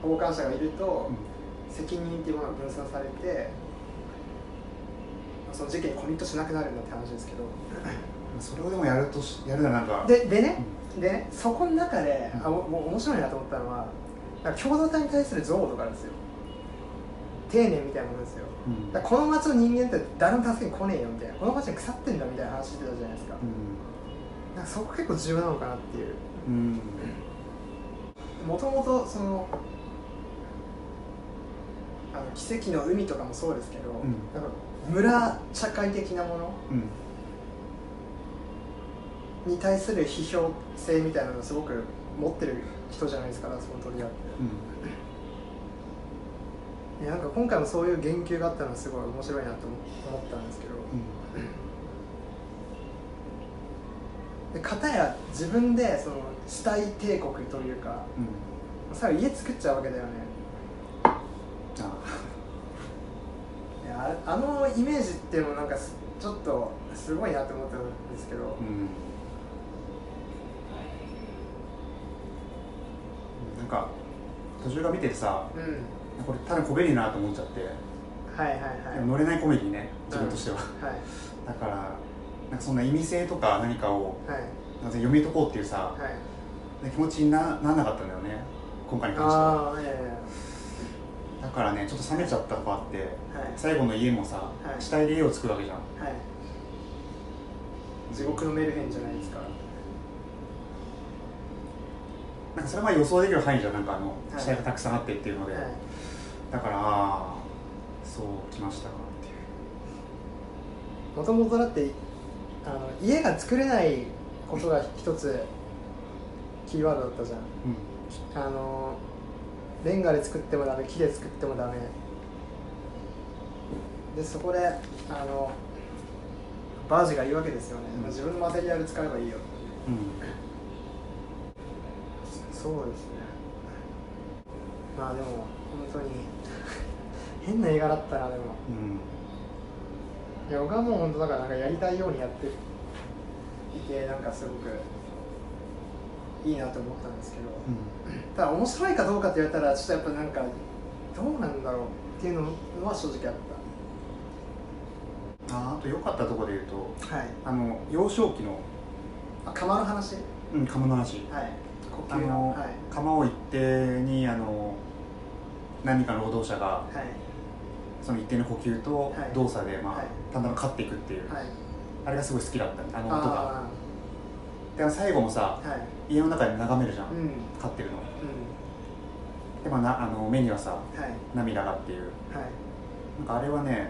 Speaker 2: 傍観者がいると、責任っていうものが分散されてその事件にコミットしなくなるんだって話ですけど
Speaker 1: それをでもやるとしやるならなんか
Speaker 2: ででね、でねそこの中で、あももう面白いなと思ったのはなんか共同体に対する憎悪とかあるんですよ丁寧みたいなものですよ
Speaker 1: うん
Speaker 2: だからこの町の人間って誰も助けに来ねえよみたいなこの町に腐ってんだみたいな話してたじゃないですか,、なんかそこ結構重要なのかなっていう
Speaker 1: うん
Speaker 2: もともとそのあの奇跡の海とかもそうですけど、
Speaker 1: ん
Speaker 2: なんか村社会的なもの
Speaker 1: うん
Speaker 2: に対する批評性みたいなのをすごく持ってる人じゃないですかラスボントリアって
Speaker 1: うん
Speaker 2: いやなんか今回もそういう言及があったのはすごい面白いなと思思ったんですけどで片や自分でその死体帝国というか
Speaker 1: うん
Speaker 2: さらに家作っちゃうわけだよね
Speaker 1: あ
Speaker 2: いやああのイメージっていうのもなんかすちょっとすごいなと思ったんですけど、
Speaker 1: うんなんか途中が見ててさ
Speaker 2: うん、
Speaker 1: これただこべりなと思っちゃって、
Speaker 2: はいはいはい
Speaker 1: でも乗れないコメディね自分としては、
Speaker 2: はい
Speaker 1: だからなんかそんな意味性とか何かを
Speaker 2: はい
Speaker 1: なんか読み解こうっていうさ、
Speaker 2: はい
Speaker 1: 気持ちになならなかったんだよね今回に関しては
Speaker 2: ああいやいやいや
Speaker 1: だからねちょっと冷めちゃったとこあって
Speaker 2: はい
Speaker 1: 最後の家もさ、
Speaker 2: い
Speaker 1: 死体で家を作るわけじゃん
Speaker 2: はい地獄のメルヘンじゃないですか
Speaker 1: なんかそれはまあ予想できる範囲じゃんなんかあの、
Speaker 2: い
Speaker 1: 死体がたくさんあってっていうので、
Speaker 2: はい
Speaker 1: だからああそうきましたかっていう
Speaker 2: もともとだってあの家が作れないことが一つキーワードだったじゃん
Speaker 1: うん
Speaker 2: あのレンガで作ってもダメ木で作ってもダメでそこであのバージが言うわけですよね、
Speaker 1: うん
Speaker 2: 自分のマテリアル使えばいいよって
Speaker 1: うん
Speaker 2: そうですねまあでも本当に [LAUGHS] 変な映画だったなでも
Speaker 1: うん
Speaker 2: いや僕はもう本当だからなんかやりたいようにやっていてなんかすごくいいなと思ったんですけど、
Speaker 1: うん
Speaker 2: ただ面白いかどうかって言われたらちょっとやっぱなんかどうなんだろうっていうのは正直あっ
Speaker 1: あーあと良かったところで言うと
Speaker 2: たはい
Speaker 1: あの幼少期の、
Speaker 2: あ釜の話
Speaker 1: うん、鴨の話
Speaker 2: はい呼
Speaker 1: あ
Speaker 2: 吸の
Speaker 1: の、
Speaker 2: はい
Speaker 1: 釜を一定にあの何かの労働者が
Speaker 2: はい
Speaker 1: その一定の呼吸と
Speaker 2: はい
Speaker 1: 動作で、まあ
Speaker 2: はい
Speaker 1: だんだん勝っていくっていう、
Speaker 2: はい
Speaker 1: あれがすごい好きだったあの音が
Speaker 2: あ
Speaker 1: であの最後もさ
Speaker 2: あはい
Speaker 1: 家の中で眺めるじゃん、
Speaker 2: うんうん
Speaker 1: 飼ってるので、まあ、なあの目にはさ
Speaker 2: はい
Speaker 1: 涙がっていう
Speaker 2: はい
Speaker 1: なんかあれはね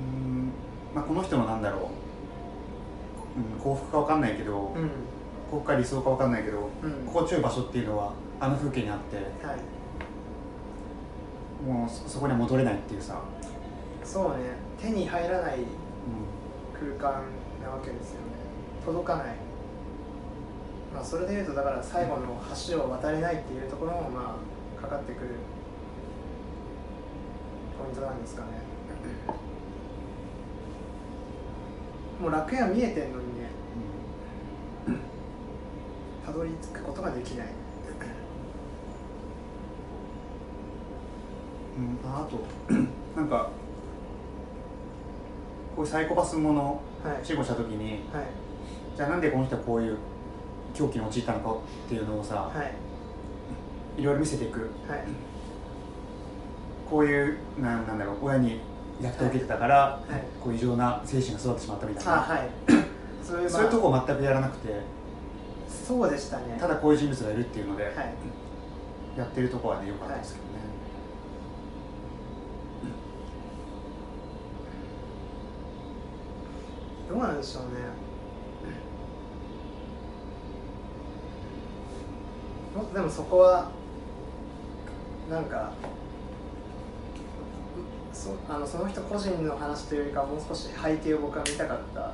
Speaker 1: うーん、まあ、この人のなんだろう、うん、幸福かわかんないけど、
Speaker 2: うん
Speaker 1: 幸福か理想かわかんないけど
Speaker 2: うんうん
Speaker 1: 心地よい場所っていうのはあの風景にあって
Speaker 2: はい
Speaker 1: もうそそこには戻れないっていうさ、
Speaker 2: そうね手に入らない
Speaker 1: うん
Speaker 2: 空間なわけですよね届かない、まあ、それでいうとだから最後の橋を渡れないっていうところもまあかかってくるポイントなんです
Speaker 1: [LAUGHS]
Speaker 2: かねもう楽園は見えてんのにねたどり着くことができない
Speaker 1: うんうん、ああと [CLEARS THROAT] なんかこういうサイコパスもの
Speaker 2: はい
Speaker 1: 死後した時に
Speaker 2: はい
Speaker 1: じゃあなんでこの人はこういう狂気に陥ったのかっていうのをさ、
Speaker 2: はい
Speaker 1: い、ろいろ見せていく
Speaker 2: はい
Speaker 1: こういうなんなんだろう親に虐待を受けてたから、
Speaker 2: はい
Speaker 1: こう異常な精神が育ってしまったみたいな、
Speaker 2: あはいそういう
Speaker 1: そういうと
Speaker 2: こ
Speaker 1: こ全くやらなくて
Speaker 2: そうでしたね
Speaker 1: ただこういう人物がいるっていうので、
Speaker 2: はい
Speaker 1: やってるとこはね良かったですけどね、
Speaker 2: どうなんでしょうねもっとでもそこはなんかうそあのその人個人の話というよりかはもう少し背景を僕は見たかった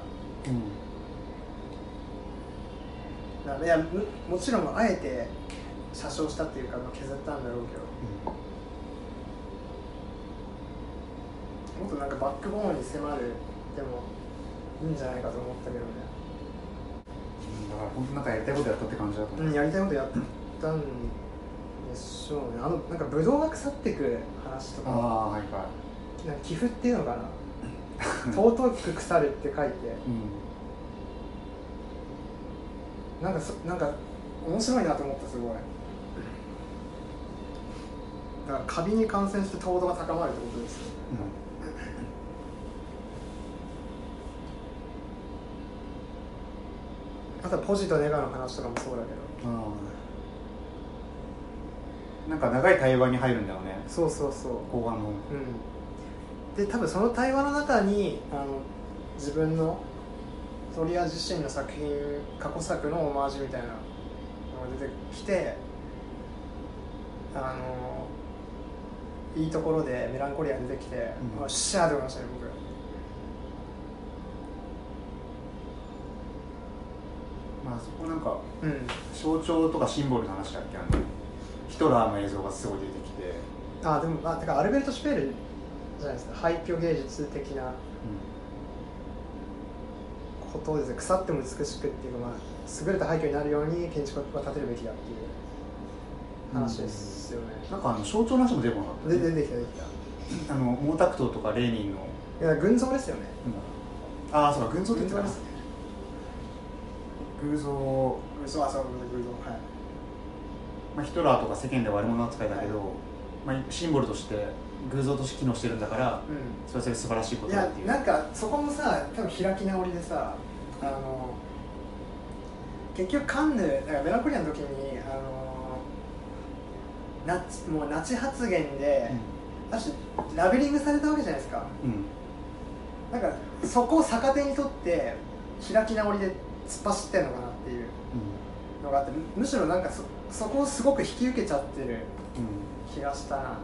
Speaker 2: ないやむもちろんあえて写生したっていうか、まあ、削ったんだろうけどもっとなんかバックボーンに迫るでもいいんじゃないかと思ったけどね
Speaker 1: うん、うん、だから本当なんかやりたいことやったって感じだと思
Speaker 2: う
Speaker 1: う、
Speaker 2: んやりたいことやったんでしょうねあのなんかブドウが腐ってく話と
Speaker 1: あ
Speaker 2: か
Speaker 1: あはいは
Speaker 2: なんか寄付っていうのかな尊く腐るって書
Speaker 1: い、うん、
Speaker 2: いてなんかそなんか面白いなと思ったすごいだからカビに感染して糖度が高まるってことですよねあとはポジとネガの話とかもそうだけど
Speaker 1: うん、ああなんか長い対話に入るんだよね
Speaker 2: そうそうそう
Speaker 1: 後半の
Speaker 2: うん、で多分その対話の中にあの自分のトリア自身の作品過去作のオマージュみたいなのが出てきてあのいいところでメランコリア出てきて
Speaker 1: う
Speaker 2: 「
Speaker 1: ん
Speaker 2: おっしゃ」って思いましたね僕。
Speaker 1: まあそこなんか
Speaker 2: うん、
Speaker 1: 象徴とかシンボルの話だっけあのヒトラーの映像がすごい出てきて、
Speaker 2: あでもあてかアルベルト・シュペールじゃないですか廃墟芸術的なことをですね腐っても美しくっていうか、まあ、優れた廃墟になるように建築は建てるべきだっていう話ですよね。
Speaker 1: なんかあの象徴の話も出てこなかった
Speaker 2: で出てきた出てきた
Speaker 1: あの毛沢東とかレーニンの、
Speaker 2: いや群像ですよね
Speaker 1: ああそうか群像って言ってたな
Speaker 2: ですね
Speaker 1: 偶像、
Speaker 2: 群像あそう群像はい
Speaker 1: まあ、ヒトラーとか世間では悪者扱いだけど、まあ、シンボルとして偶像として機能してるんだから
Speaker 2: う
Speaker 1: それはそれで素晴らしいこ
Speaker 2: んい
Speaker 1: とだ
Speaker 2: や
Speaker 1: っていう
Speaker 2: なんかそこもさ多分開き直りでさあの結局カンヌだからメランコリアの時にあのナチもうナチ発言で、ある種ラベリングされたわけじゃないですか
Speaker 1: うん、うん
Speaker 2: なんかそこを逆手にとって開き直りで突っ走ってんのかなっていうのがあってむむしろなんかそそこをすごく引き受けちゃってる
Speaker 1: う
Speaker 2: 気がしたななんか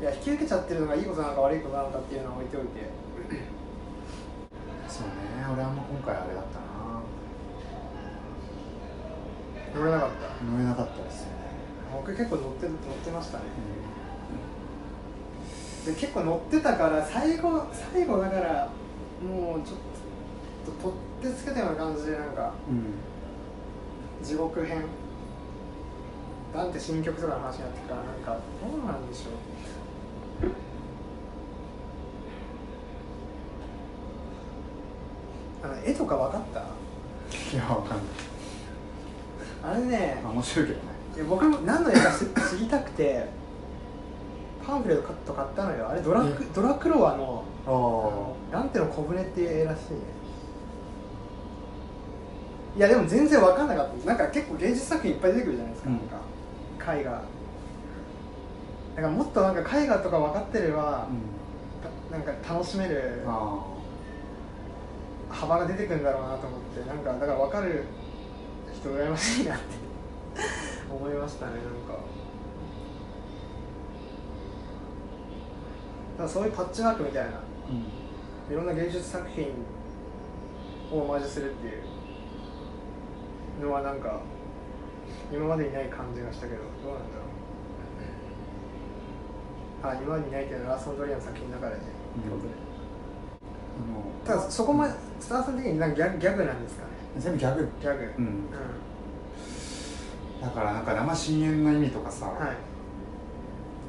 Speaker 2: いや引き受けちゃってるのがいいことなのか悪いことなのかっていうのは置いておいて
Speaker 1: ん、そうね俺はあんま今回あれだったな
Speaker 2: 乗れなかっ
Speaker 1: 乗れなかったですよね、
Speaker 2: た僕結構乗って乗ってましたね
Speaker 1: うん
Speaker 2: で結構乗ってたから最後最後だからもうちょっと取ってつけたような感じでなんか
Speaker 1: うん
Speaker 2: 地獄編ダンテ新曲とかの話になってくからなんかどうなんでしょうあの絵とか分かった
Speaker 1: いやわかんない
Speaker 2: あれね
Speaker 1: まあ面白いけどね
Speaker 2: いや僕も何の絵か知知りたくてパンフレット買ったのよあれドラクドラクロワの
Speaker 1: あ
Speaker 2: あの「ランテの小舟」っていう絵らしいねいやでも全然分かんなかったですなんか結構芸術作品いっぱい出てくるじゃないですか、
Speaker 1: うん
Speaker 2: なんか絵画だからもっとなんか絵画とか分かってれば
Speaker 1: あ、うん
Speaker 2: たなんか楽しめる
Speaker 1: あ
Speaker 2: 幅が出てくるんだろうなと思ってなんかだから分かる人羨ましいなって [LAUGHS] 思いましたねなんかだからそういうパッチワークみたいな
Speaker 1: ーうん
Speaker 2: いろんな芸術作品をオマージュするっていうのはなんか今までにない感じがしたけどどうなんだろうあ今までにないっていうのはラーソン・ドリアンの作品の中でね、
Speaker 1: うん
Speaker 2: ってことで
Speaker 1: あの
Speaker 2: ただそこまでスターさん的になんかギャギャグなんですかね
Speaker 1: 全部ギャグ
Speaker 2: ギャグ
Speaker 1: うんだからなんか生深淵の意味とかさ、
Speaker 2: はい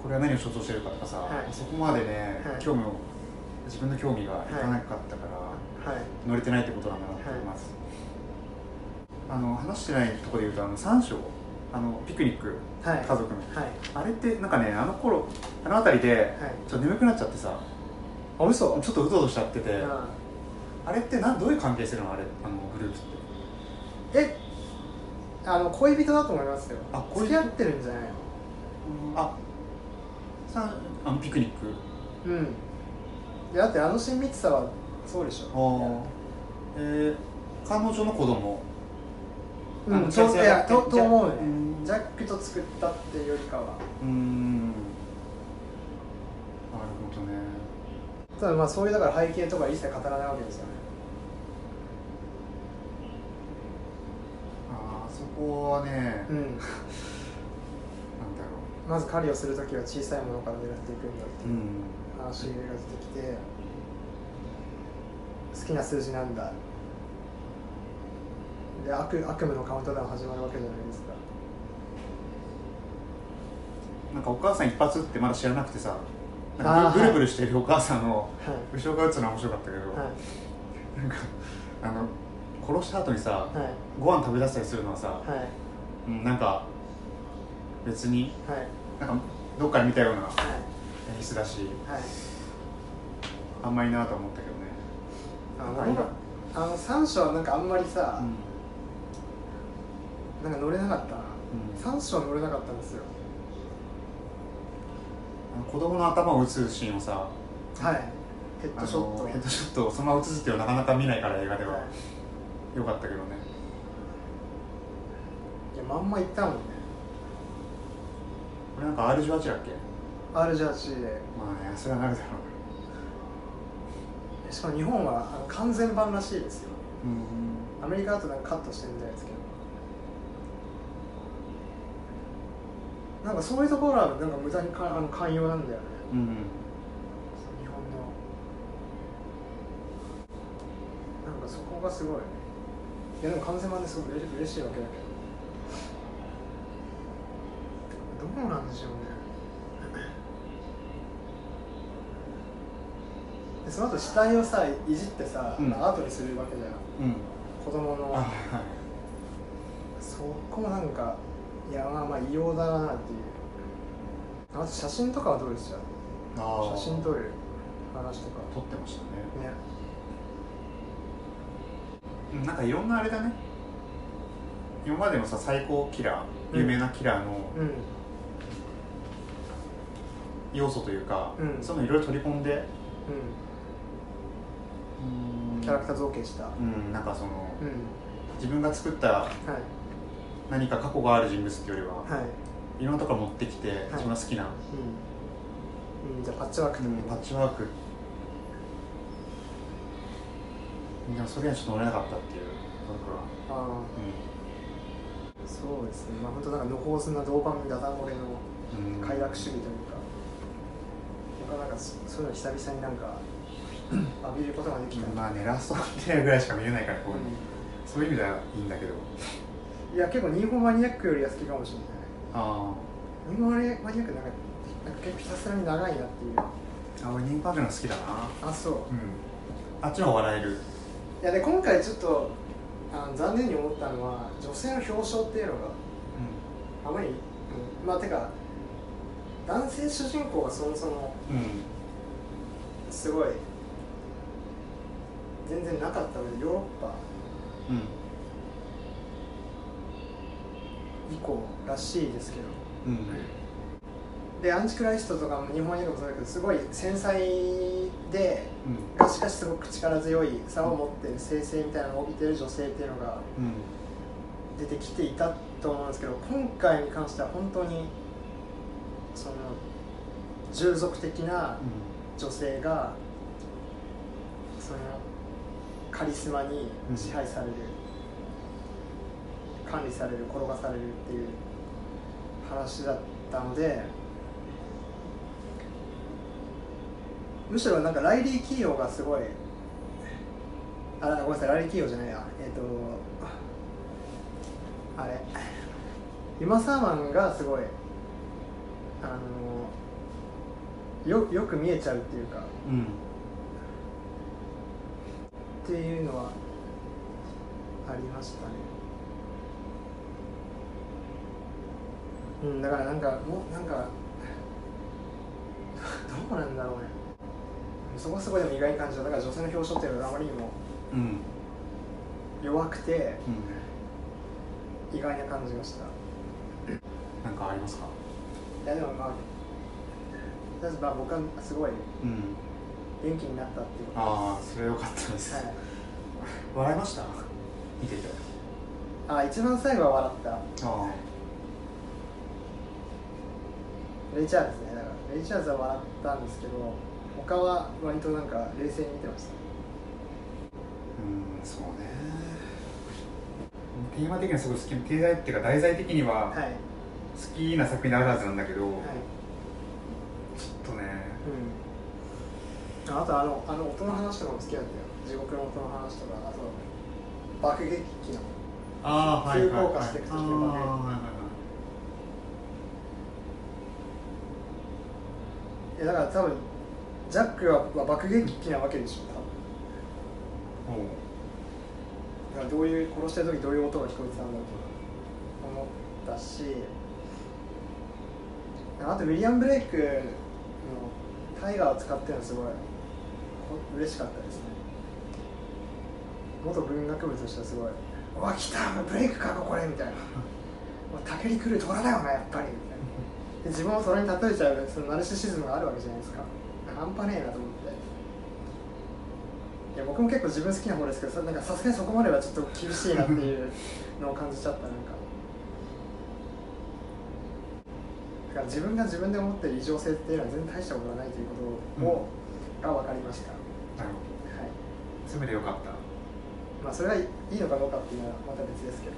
Speaker 1: これは何を象徴してるかとかさ、
Speaker 2: はい
Speaker 1: そこまでね、
Speaker 2: はい
Speaker 1: 興味を自分の興味がいかなかったから、
Speaker 2: はい
Speaker 1: 乗れてないってことなんだなと思います、あの話してないところで言うとあの3章あのピクニック
Speaker 2: はい
Speaker 1: 家族の、
Speaker 2: はい
Speaker 1: あれってなんかねあの頃あの辺りで、
Speaker 2: はい
Speaker 1: ちょっと眠くなっちゃってさ
Speaker 2: あ嘘
Speaker 1: ちょっとうとうとしちゃってて、
Speaker 2: うん
Speaker 1: あれってなんどういう関係性なのあれあのグループって
Speaker 2: えあの恋人だと思いますよ
Speaker 1: あ恋
Speaker 2: 付
Speaker 1: 人
Speaker 2: き合ってるんじゃないの
Speaker 1: あさあのピクニック
Speaker 2: うんいやだってあの親密さはそうでし
Speaker 1: あ
Speaker 2: ょ
Speaker 1: えー、彼女の子供
Speaker 2: いや
Speaker 1: あ
Speaker 2: う
Speaker 1: の
Speaker 2: んそういや
Speaker 1: ジャ
Speaker 2: と
Speaker 1: ック
Speaker 2: と思う
Speaker 1: ジャッ
Speaker 2: ね
Speaker 1: ク
Speaker 2: ジャックと作ったっていうよりかは
Speaker 1: うーんなるほどね
Speaker 2: ただまあそういうだから背景とか一切語らないわけですよね
Speaker 1: あーそこはね、
Speaker 2: う
Speaker 1: なんだ [LAUGHS]
Speaker 2: ん
Speaker 1: ろ
Speaker 2: まず狩りをする時は小さいものから狙っていくんだって
Speaker 1: う、う、
Speaker 2: いうん話が出てきて好きな数字なんだで悪悪夢のカウントダウン始まるわけじゃないですか
Speaker 1: なんかお母さん一発ってまだ知らなくてさ
Speaker 2: あ
Speaker 1: なんかブ
Speaker 2: ー
Speaker 1: ルブルブルしてるお母さんの
Speaker 2: はい
Speaker 1: 後ろから打つのは面白かったけど、な
Speaker 2: は
Speaker 1: んかあの殺した後にさ、
Speaker 2: いはい
Speaker 1: ご飯食べ出したりするのはさ、
Speaker 2: はい
Speaker 1: うん、なんか別に
Speaker 2: はい
Speaker 1: なんかどっかで見たような
Speaker 2: は
Speaker 1: 演出だし
Speaker 2: いはい
Speaker 1: あんまりなとは思ったけどね
Speaker 2: あ
Speaker 1: わかりま
Speaker 2: のあの三章はなんかあんまりさ、なんか乗れなかったな、
Speaker 1: うん
Speaker 2: 三章乗れなかったんですよ
Speaker 1: あの子供の頭を打つシーンをさ
Speaker 2: はいヘッ
Speaker 1: あ
Speaker 2: ド
Speaker 1: の
Speaker 2: ショット
Speaker 1: ヘッドショットをそのまま打つっていうのはなかなか見ないから映画で
Speaker 2: は
Speaker 1: は、良かったけどね
Speaker 2: いいやまんまいったもんね
Speaker 1: これなんか R18 だっけ
Speaker 2: R ジャージで
Speaker 1: まあねそれはなるだろ
Speaker 2: しかも日本はあの完全版らしいですよ
Speaker 1: ううん
Speaker 2: アメリカだとなんかカットしてるみたいですけどなんかそういうところはなんか無駄にかあの寛容なんだよね
Speaker 1: うん
Speaker 2: 日本のなんかそこがすごいねいやでも完全版ですごく嬉し嬉しいわけだけどどうなんでしょうねでその後死体をさいじってさ、
Speaker 1: うん
Speaker 2: アートにするわけじゃん
Speaker 1: うん
Speaker 2: 子供
Speaker 1: あは
Speaker 2: の
Speaker 1: い
Speaker 2: そこもなんかいやまあまあ異様だなっていうあと写真とかはどうでした
Speaker 1: あー
Speaker 2: 写真撮る話とか
Speaker 1: 撮ってましたね
Speaker 2: ね
Speaker 1: うんなんかいろんなあれだね今までのさ最高キラー有名なキラーの、
Speaker 2: うん
Speaker 1: 要素というか、
Speaker 2: うん
Speaker 1: そういうのいろいろ取り込んで
Speaker 2: う
Speaker 1: うん
Speaker 2: んキャラクター造形した
Speaker 1: うんなんかその、
Speaker 2: うん
Speaker 1: 自分が作った
Speaker 2: はい
Speaker 1: 何か過去がある人物っていうよりは、
Speaker 2: はい
Speaker 1: い、ろんなところ持ってきて、自分が好きな、
Speaker 2: うん、うん、じゃあパッチワーク
Speaker 1: うんパッチワークでもそれにはちょっと乗れなかったっていう僕は、
Speaker 2: ああそうですねまあ本当なんかのほうすんなドーパミンダダ漏れの
Speaker 1: うんうん
Speaker 2: 快楽主義というか、僕はなんかそそういうの久々になん
Speaker 1: [LAUGHS]
Speaker 2: か浴びることができた、
Speaker 1: まあねラストプレイぐらいしか見れないからこう、
Speaker 2: う
Speaker 1: そういう意味ではいいんだけど
Speaker 2: んいや結構日本マニアックよりは好きかもしれない
Speaker 1: あ
Speaker 2: 日本マニアックなんかなんか結構ひたすらに長いなっていう
Speaker 1: ーあ俺ニンパークの好きだな
Speaker 2: あそう
Speaker 1: うんあっちの方が笑える
Speaker 2: いやで今回ちょっとあの残念に思ったのは女性の表彰っていうのがあまり、うんまあてか男性主人公がそもそも
Speaker 1: うん、うん
Speaker 2: すごい全然なかったのでヨーロッパ
Speaker 1: うん
Speaker 2: 以降らしいですけど
Speaker 1: うん
Speaker 2: でアンチクライストとかも日本映画もそうだけどすごい繊細で
Speaker 1: うん
Speaker 2: がしかしすごく力強い差を持ってる性性みたいなのを帯びてる女性っていうのが
Speaker 1: うん
Speaker 2: 出てきていたと思うんですけど今回に関しては本当にその従属的な女性がそのカリスマに支配される、管理される転がされるっていう話だったのでむしろなんかライリー・キーヨーがすごいあごめんなさいライリー・キーヨーじゃないやえっ、とあれユマ・サーマンがすごいあのよよく見えちゃうっていうかっ
Speaker 1: うん
Speaker 2: ていうのはありましたねうんだからなんかもうなんか [LAUGHS] どうなんだろうねそこそこでも意外に感じただから女性の表彰っていうのはあまりにも
Speaker 1: うん
Speaker 2: 弱くて
Speaker 1: うん
Speaker 2: 意外な感じがした
Speaker 1: なんかありますか
Speaker 2: いやでもまあだからまあ僕はすごい
Speaker 1: うん
Speaker 2: 元気になったっていうことは
Speaker 1: ああそれ良かったです、
Speaker 2: い
Speaker 1: 笑いました見てて
Speaker 2: あ一番最後は笑った
Speaker 1: あ
Speaker 2: レイチャーズねだからレイチャーズは笑ったんですけど他は割となんか冷静に見てました
Speaker 1: うんそうねテーマ的にはすごい好き経済っていうか題材的には
Speaker 2: はいはい
Speaker 1: 好きな作品になるはずなんだけど、ちょっとね
Speaker 2: うんああとあのあの音の話とかも好きなんだよ地獄の音の話とかあと爆撃機の
Speaker 1: あ
Speaker 2: ーはいはいはい急降下していく時
Speaker 1: あー
Speaker 2: のね
Speaker 1: はいはいはい
Speaker 2: えだから多分ジャックはは爆撃機なわけでしょ多分
Speaker 1: おう
Speaker 2: だからどういう殺してる時どういう音が聞こえてたんだろうと思ったしあとウィリアム・ブレイクのタイガーを使ってるのはすごいこ嬉しかったですね元文学部としてはすごい「うわ来たブレイクかこれ」みたいな「もう竹に来る虎だよなやっぱり」みたいなで自分をそれに例えちゃうそのナルシシズムがあるわけじゃないですか半端ねえなと思っていや僕も結構自分好きな方ですけどさなんかさすがにそこまではちょっと厳しいなっていうのを感じちゃったなんかだから自分が自分で思ってる異常性っていうのは全然大したことがないということを、が分かりましたは
Speaker 1: なるほど
Speaker 2: い
Speaker 1: 詰めてよかった、
Speaker 2: まあそれがいいのかどうかっていうのはまた別ですけど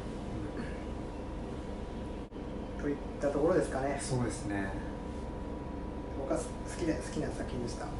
Speaker 2: といったところですかね
Speaker 1: そうですね
Speaker 2: 僕は好きで好きな作品でしたは